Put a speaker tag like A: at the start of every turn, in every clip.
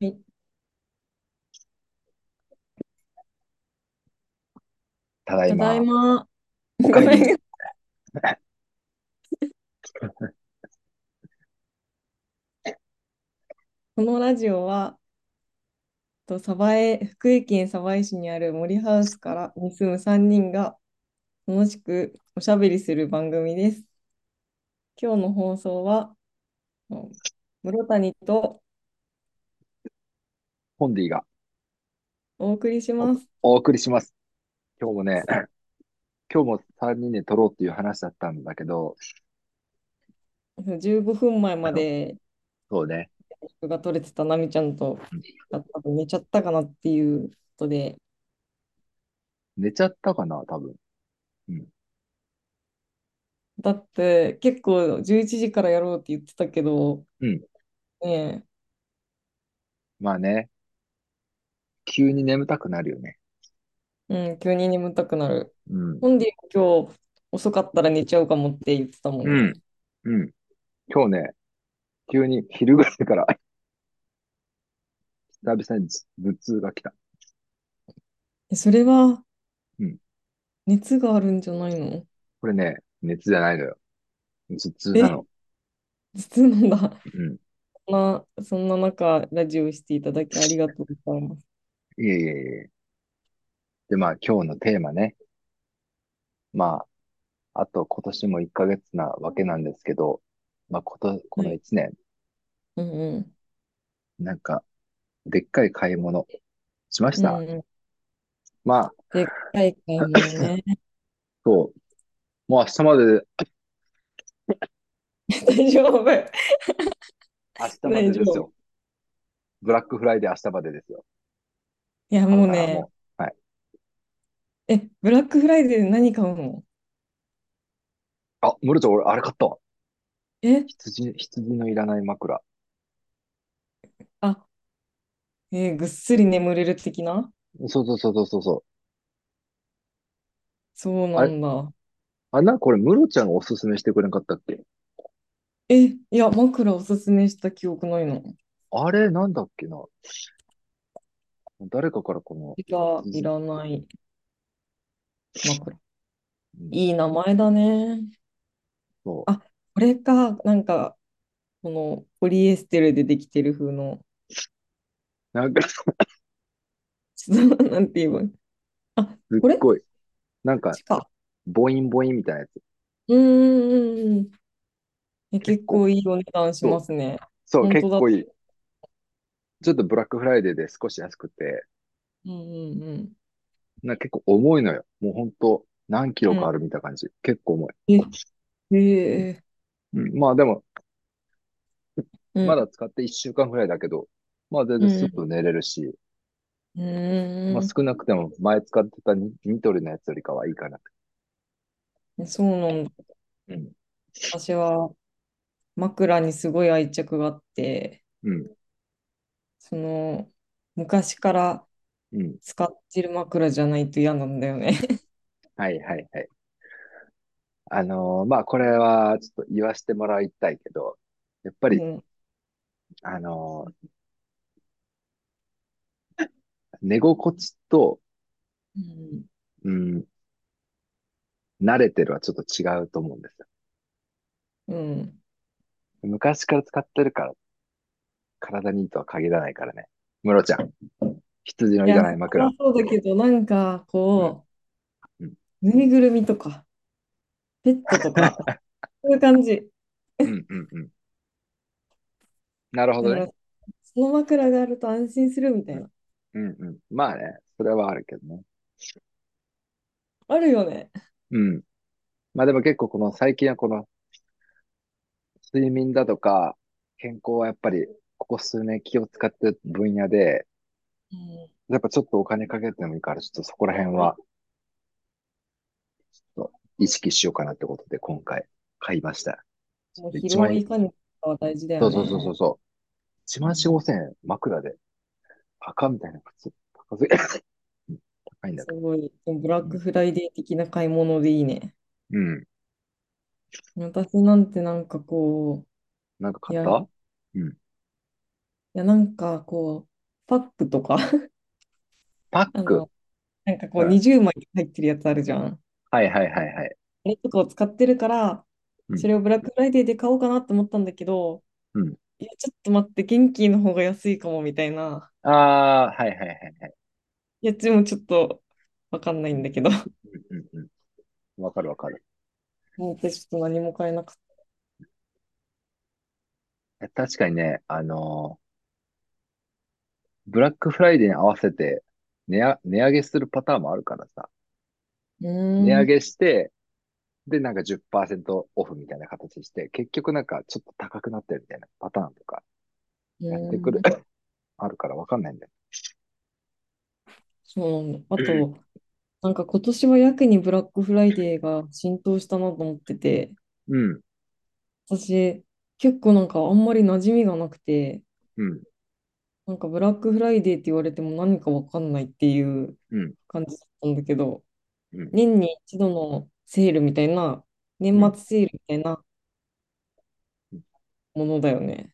A: はい。
B: ただい
A: ただい
B: ま、
A: ま。
B: お
A: ご
B: 帰
A: め
B: り。
A: ん。 このラジオは、と鯖江、福井県鯖江市にある森ハウスからに住む3人が楽しくおしゃべりする番組です。今日の放送は、うん室谷と
B: ポンディが
A: お送りし
B: お、
A: ます。
B: お送りします。今日もね、 今日も3人で撮ろうっていう話だったんだけど、
A: 15分前まで
B: そうね、
A: 僕が撮れてた奈美ちゃんとが多分寝ちゃったかなっていうことで、
B: 寝ちゃったかな、多分。うん。
A: だって結構11時からやろうって言ってたけど、
B: うん。
A: ねえ
B: まあね、急に眠たくなるよね。
A: うん、急に眠たくなる。
B: うん。
A: ほんで今日遅かったら寝ちゃうかもって言ってたもん
B: う
A: ね。
B: ん。うん。今日ね、急に昼ぐらいから 久々に頭痛が来た。
A: えそれは
B: うん。
A: 熱があるんじゃないの
B: これね、熱じゃないのよ。頭痛な
A: え、
B: の。
A: 実なんだ。
B: うん。
A: そんな、そんな中、ラジオしていただきありがとうございます。
B: いえいえいえ。で、まあ今日のテーマね、まあ、あと今年も1ヶ月なわけなんですけど、まあ、こと、こ
A: は
B: の
A: い。
B: 1年、
A: うんう
B: なんか、でっかい買い物しまし
A: ん。う
B: た。
A: んうん。
B: まあ、
A: でっかい買い物ね。
B: そう、もう明日まで、
A: 大丈
B: 明
A: 夫。
B: 日ま
A: 大
B: でで
A: 丈
B: す
A: 夫。
B: よ。ブラックフライデー明日までですよ。
A: いや、
B: だ
A: もう
B: から
A: ね、
B: もう、はい。
A: え、ブラックフライデーで何買うの
B: あ、ムロちゃん、俺、あれ買ったわ。
A: え、
B: 羊、羊のいらない枕。
A: あ、えーぐっすり眠れる的な
B: そうそうそうそうそうそう。
A: そう
B: あ
A: な
B: れ、
A: んだ。
B: あ、な、これ、ムロちゃんがおすすめしてくれなかったっけ
A: え、いや、枕おすすめした記憶ないの。
B: あれ、なんだっけな。誰かからこの、
A: いら、い
B: 羊、
A: らない枕。
B: うん、
A: いい名前だね。
B: そ
A: あ、これか、なんか、このポリエステルでできてる風の、
B: う。なんか、
A: ちょっと、なんて言えばいい。あ、
B: すっ
A: これこ
B: ごい、なん
A: っ
B: か、
A: ちか。
B: ボインボインみたいなやつ。
A: うーんうんうんえ。
B: 結
A: 結
B: 構、
A: 構いいお値段しま
B: そう、
A: すね。
B: そう、
A: 本
B: 結
A: 当だ。
B: 構いい。ちょっとブラックフライデーで少し安くて、
A: うんうん
B: なんか結構重いのよ。もうほんと、何キ
A: う
B: ロ
A: ん。
B: かあ
A: う
B: るみたいな感じ。結構重い。
A: ん。え、え
B: うん、まあでも、
A: ー、う
B: まだ
A: ん
B: 使って1週間ぐらいだけど、まあ全
A: う
B: 然スッ
A: ん
B: と寝れるし、
A: う
B: まあ
A: ん。う
B: 少なくても前使ってたニ、ニトリのやつよりかはいいかな。
A: ーん。そうなんだ。
B: うん、
A: 私は枕にすごい愛着があって、
B: うん、
A: その、昔から
B: うん。
A: 使ってる枕じゃないと嫌なんだよね。
B: はいはいはい。あのーまあこれはちょっと言わせてもらいたいけど、やっぱ
A: う
B: り、
A: ん。
B: あのー寝心地と、
A: うん。
B: うん、慣れてるはちょっと違うと思うんですよ。
A: うん
B: 昔から使ってるから、体にいいとは限らないからね。ムロちゃん、羊のい
A: いや、
B: ら
A: そ
B: ない
A: れは
B: 枕。
A: そうだけど、なんか
B: うん、
A: こ
B: うん。
A: う、ぬいぐるみとか、ペット とか、そういう感じ。
B: うん、うん、うん。なるほ
A: だ
B: ど
A: か
B: ね。
A: ら、その枕があると安心するみた
B: う
A: い
B: ん、
A: な。
B: うん、うん。まあね、それはあるけどね。
A: あるよね。
B: うん。まあでも結構この最近はこの睡眠だとか、健康はやっぱりここ数年気を使ってる分野で、
A: うん、
B: やっぱちょっとお金かけてもいいから、ちょっとそこら辺はちょっと意識しようかなってことで今回買いました。ち
A: もう
B: ょっと
A: 疲
B: 1
A: 労
B: 万
A: を
B: い、
A: いかに使うかは大事だ
B: そ
A: よ
B: うそうそうそう
A: ね。
B: そう。1
A: う
B: 万4、
A: ん、
B: 5千円枕で。赤みたいな靴、高すぎ、うん 高いんだ
A: す
B: け
A: ごい。ブラッ
B: ど。
A: クフライデー的な買い物でいいね。
B: うん。うん
A: 私なんてなんかこ
B: なんか
A: う、
B: 買
A: い
B: っ
A: や、
B: たうん。
A: や、なんかこう、パックとか
B: パッ
A: あ
B: ク。
A: の、なんかこ
B: う。
A: うん20枚入ってるやつあるじゃん。
B: はいはいはいはい。
A: あれとかを使ってるから、
B: う
A: そ
B: ん。
A: れをブラックフライデーで買おうかなと思ったんだけど、
B: うん。
A: いや、ちょっと待って、元気の方が安いかもみたいな。
B: ああ、はいはいはいはい。
A: いや、でもちょっとわかんないんだ けど。
B: うんうんうん。わかるわかる。
A: もう私ちょっと何も買えなかっ
B: 確かにね、あのーブラックフライデーに合わせて値上、値上げするパターンもあるからさ。
A: た。う
B: 値
A: ー
B: 上
A: ん。
B: げして、で、なんか10%オフみたいな形して、結局なんかちょっと高くなってるみたいなパターンとか
A: う
B: やってく
A: ー
B: る、
A: ん。
B: あるからわかんないんだよ。
A: そうなんだ。あ
B: うん
A: と、なんか今年はやけにブラックフライデーが浸透したなと思ってて、
B: うん、
A: 私、結構なんかあんまり馴染みがなくて、
B: うん、
A: なんかブラックフライデーって言われても何かわかんないっていう
B: うん、
A: 感じだったんだけど、
B: うん、
A: 年に一度のセールみたいな、
B: う
A: 年
B: ん。
A: 末セールみたいなものだよね。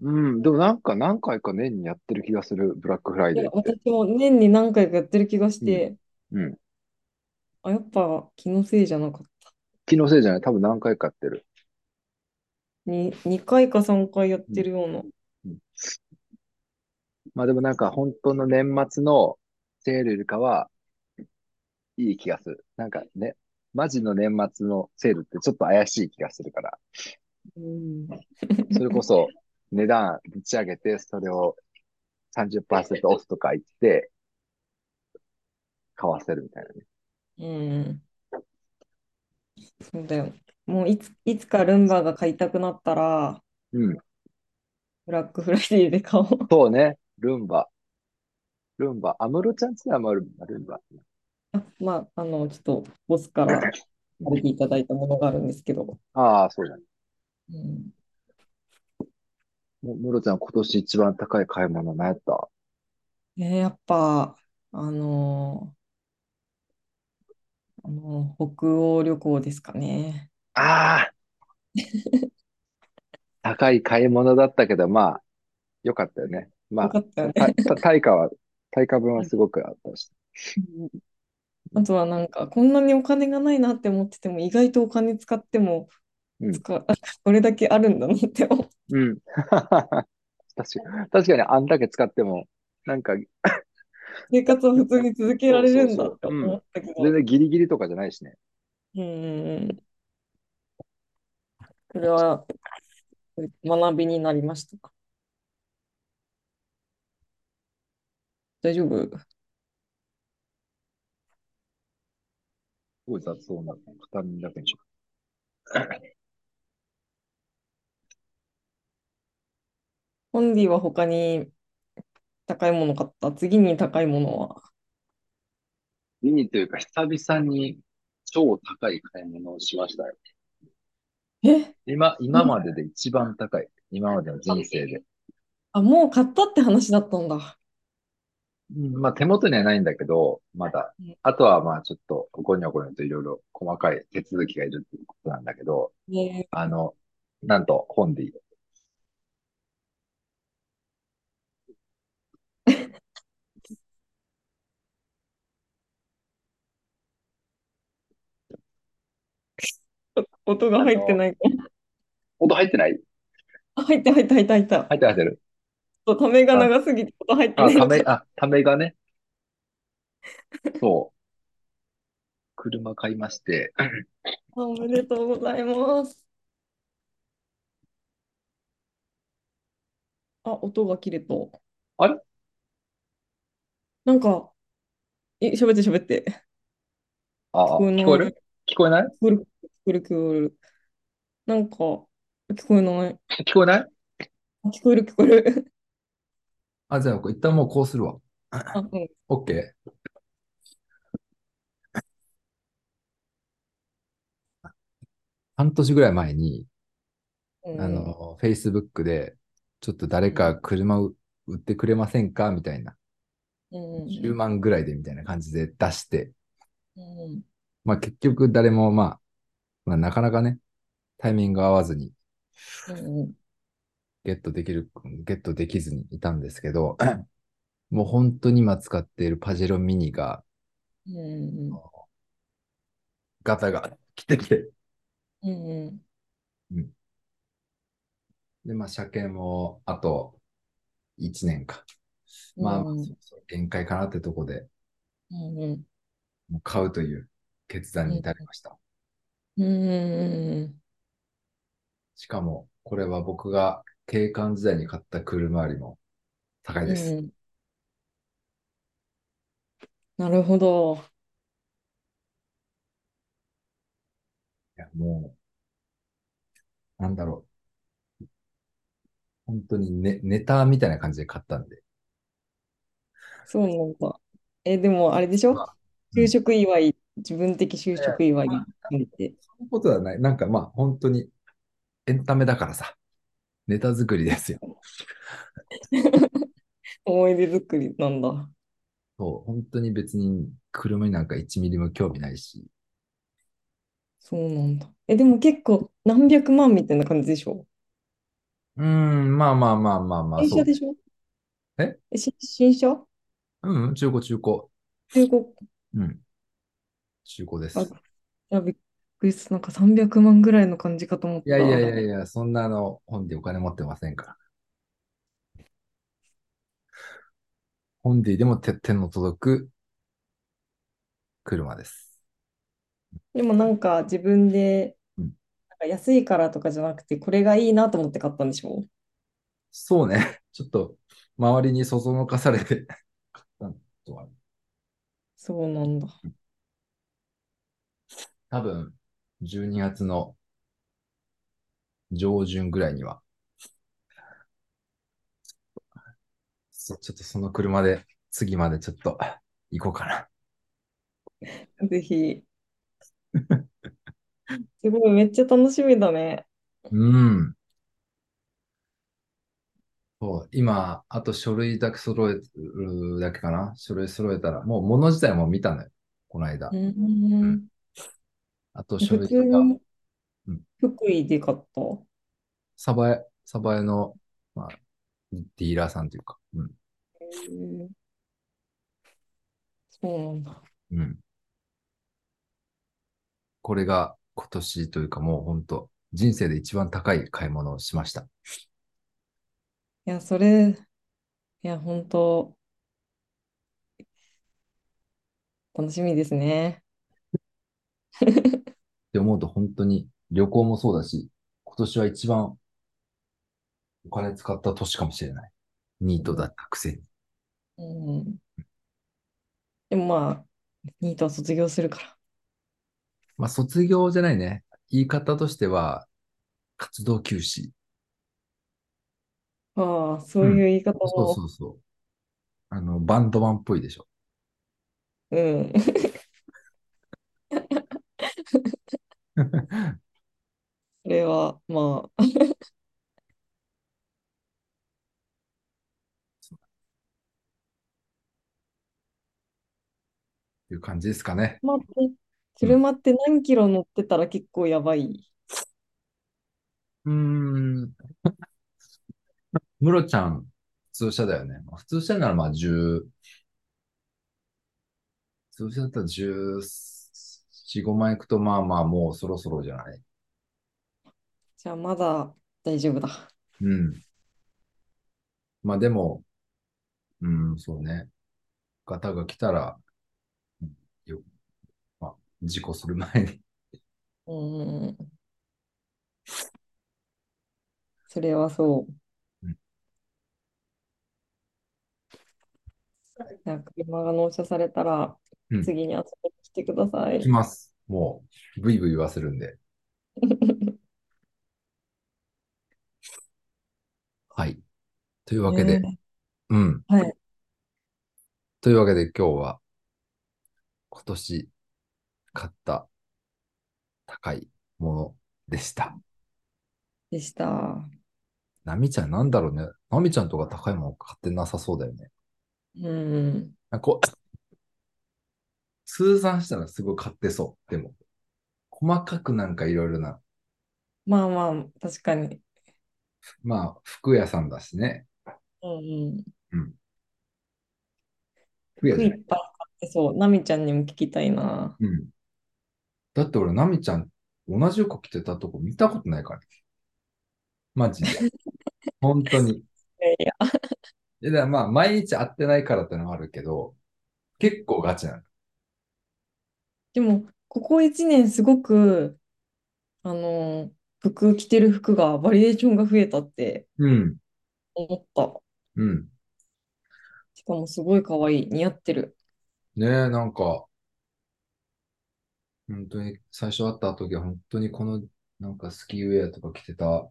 B: うん、でもなんか何回か年にやってる気がする、ブラックフライ
A: いや、
B: デーって。
A: 私も年に何回かやってる気がし
B: うん、
A: て、
B: うん。
A: あ、やっぱ気のせいじゃなかった。
B: 気のせいじゃない、多分何回かやってる。
A: に2回か3回やっ
B: う
A: て
B: ん、
A: るような。
B: うんまあでもなんか本当の年末のセールよりかは、いい気がする。なんかね、マジの年末のセールってちょっと怪しい気がするから、
A: うん。
B: それこそ値段ぶち上げて、それを30%オフとか言って、買わせるみたいなね。
A: うん。そうだよ。もういつ、いつかルンバが買いたくなったら、
B: うん。
A: ブラックフライデーで買おう。
B: そうね、ルンバ。ルンバ。アムロちゃんちはルンバ、ルンバ。
A: あ、まあ、あの、ちょっとボスから
B: う
A: 借
B: ん。
A: りていただいたものがあるんですけど。
B: ああ、そうだね。
A: うん。
B: もムロちゃん今年一番高い買い物何やった
A: ねやっぱ、あのーあのー北欧旅行ですかね。
B: ああ、 高い買い物だったけど、まあ、よかったよね。
A: よ
B: ま
A: かったよ
B: あ、
A: ね。
B: た、た、対価 は、対価分は
A: うん
B: すごくあったし。
A: あとはなんか、こんなにお金がないなって思ってても、意外とお金使っても、
B: うん。
A: 使う、 これだけあるんだなって思う。
B: うん。 確か、確かにあんだけ使っても、なんか、
A: 生活は普通に続けら
B: そうそう
A: れる
B: ん
A: だっ
B: そ
A: て
B: う。う
A: 思
B: ん。
A: ったけ
B: 全
A: ど、
B: 然ギリギリとかじゃないしね。
A: うんうんうん、これは学びになりましたか。大丈夫
B: すごい雑音な、片耳だけにしよ
A: オンディは他に高いもの買った。次に高いものは。
B: う。見にというか、久々に超高い買い物をしましたよ。
A: え、
B: 今、今
A: もう
B: までで一番高い。今までの人生で。
A: あ、もう買ったって話だったんだ。
B: うんまあ手元にはないんだけど、まだ。
A: ね
B: あとはまあちょっとごにょごにょといろいろ細かい手続きがいるっていうことなんだけど、
A: ね
B: あの、なんと本でいい。
A: 音が
B: あ
A: 入って
B: の、
A: ない。
B: 音入ってない
A: あ入った入った入った入った。
B: 入ってる入ってる。
A: ちょっとためが
B: あ、
A: 長すぎて音入って
B: あ、
A: ない
B: た
A: のか。
B: め、あ、ためがね、そう、車買いまして、
A: あおめでとうございます。あ、音が切れた。
B: あれ
A: なんか、え、喋って喋って。聞
B: ああ、
A: こえ
B: 聞こえ
A: ない。
B: る聞こえない
A: 聞こえる、聞こえる、聞こえる。なんか、聞こえない。
B: 聞こえない
A: あ聞こえる、聞こえ る。
B: あ、じゃあ、一旦もうこうするわ。
A: あ、うん。
B: OK。半年ぐらい前に、
A: う
B: あ
A: んうん。
B: の、Facebook で、ちょっと誰
A: うん
B: か車を売ってくれませんかみたいな。
A: うん
B: 10万ぐらいでみたいな感じで出して、
A: うんうん。
B: まあ結局誰もまあ、まあなかなかね、タイミング合わずに、
A: うんうん
B: ゲットできる、ゲットできずにいたんですけど、もう本当に今使っているパジェロミニが
A: うん
B: ガタが来てきて、
A: うんうん
B: で、まあ車検もあと1年か。
A: うん
B: まあ、
A: うん
B: そろそろ限界かなってとこで、
A: うんうん
B: もう買うという決断に至りました。
A: うんうん
B: しかも、これは僕が警官時代に買った車よりも高い
A: うん
B: です。
A: うんなるほど。
B: いや、もう、なんだろう。本当にネネタみたいな感じで買ったんで。
A: そうなんだ。え、でもあれでしょ
B: まあうん
A: 就職祝い、自分的就職祝い
B: まあ
A: って。
B: そんなことはない。なんかまあ、本当にエンタメだからさ。ネタ作りですよ。
A: 思い出作りなんだ。
B: そう、本当に別に車になんか1ミリも興味ないし。
A: そうなんだ。え、でも結構何百万みたいな感じでしょ
B: うーん、まあまあまあまあまあ、
A: 新
B: そう
A: 車で。しょ
B: え
A: し新車
B: うんうん、中古中古。
A: 中古
B: うん。中古です。
A: ああびっくりした。なんか300万ぐらいの感じかと思っ
B: い
A: た。
B: やいやいやいや、そんなあの本でお金持ってませんから。本ででもて手の届く車です。
A: でもなんか自分で、
B: うん
A: なんか安いからとかじゃなくて、これがいいなと思って買ったんでしょ
B: そうね。 ちょっと周りにそそのかされて買ったのとは。
A: そうなんだ。
B: 多分、12月の上旬ぐらいには、そちょっとその車で次までちょっと行こうかな。
A: ぜひ。すごい、めっちゃ楽しみだね。
B: うん。そう、今、あと書類だけ揃えるだけかな。書類揃えたら、もう物自体も見たのよ。この間
A: う。
B: ん
A: ん。
B: あと書
A: 普
B: 類
A: 通
B: が、
A: に
B: うん
A: 福井で買った。
B: サバエ、サバエの、まあ、ディーラーさんというか。うん。
A: へえそうなんだ。
B: うん。これが今年というかもう本当人生で一番高い買い物をしました。
A: いや、それ、いや、本当楽しみですね。
B: って思うと本当に旅行もそうだし、今年は一番お金使った年かもしれない。ニートだったくせに。
A: うん。でもまあ、ニートは卒業するから。
B: まあ卒業じゃないね。言い方としては、活動休止。
A: ああ、そういう言い方
B: そう
A: も、
B: そうそう。あの、バンドマンっぽいでしょ。
A: うん。それは、まあ、
B: いう感じですかね。
A: 車って、車って何キロ乗ってたら結構やばい。
B: うーん。ムロちゃん、普通車だよね。まあ普通車ならまあ10、普通車だったら14、5万いくとまあまあもうそろそろじゃない。
A: じゃあ、まだ大丈夫だ。
B: うん。まあでも、うん、そうね。方が来たら、うんよ、まあ、事故する前に。。
A: うん。それはそううんなんか車が納車された
B: うん
A: ら、次に遊びに来てください
B: 来。ます。もう、ブイブイ言わせるんで。はい。というわけで、
A: ね
B: うん。
A: はい。
B: というわけで今日は今年買った高いものでした。
A: でした。
B: ナミちゃんなんだろうね。ナミちゃんとか高いもの買ってなさそうだよね。
A: うん。
B: なんかこう、 通算したらすごい買ってそう。でも、細かくなんかいろいろな。
A: まあまあ、確かに。
B: まあ、服屋さんだしね。
A: うんうん。
B: うん。服屋じ
A: 服
B: ゃ
A: い
B: ない。
A: っぱい買ってそう。なみちゃんにも聞きたいな。
B: うん。だって俺、ナミちゃん、同じ服着てたとこ見たことないから。マジで。本当に。
A: いやいや。
B: え、だからまあ、毎日会ってないからってのはあるけど、結構ガチなの。
A: でも、ここ1年すごく、あの、服着てる服が、バリエーションが増えたって
B: うん、
A: 思った。
B: うん。
A: しかもすごい可愛い。似合ってる。
B: ねえ、なんか、本当に、最初会った時は本当にこの、なんかスキーウェアとか着てた、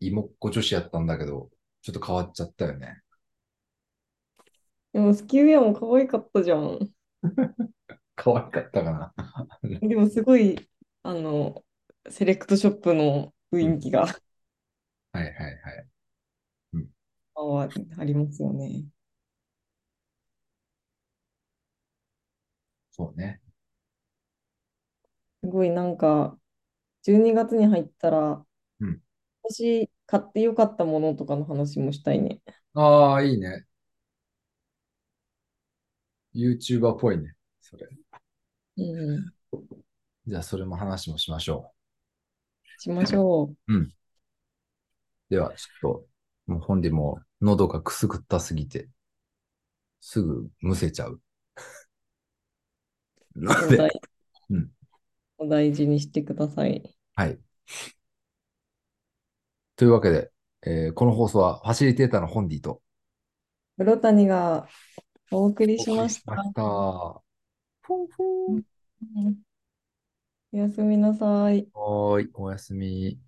B: 妹っ子女子やったんだけど、ちょっと変わっちゃったよね。
A: でも、スキーウェアも可愛かったじゃん。
B: 可愛かったかな。
A: でも、すごい、あの、セレクトショップの雰囲気が
B: はいはいはい。うん
A: あありますよね。
B: そうね。
A: すごい、なんか、12月に入ったら、
B: うん
A: 私、買ってよかったものとかの話もしたいね。
B: ああ、いいね。YouTuber っぽいね。それ。
A: うんうん
B: じゃあ、それも話もしましょ
A: しましょ
B: う。うん。では、ちょっと、もう本でもう喉がくすぐったすぎて、すぐむせちゃう。な
A: う。
B: の
A: お
B: で、
A: 大、
B: うん。
A: お大事にしてください。
B: はい。というわけで、えーこの放送はファシリテーターのホンディと
A: 室谷がお送りし
B: お送
A: ま
B: りし
A: し
B: ま
A: た。
B: した。は
A: うんおやすみなさい。
B: ーい、おやすみ。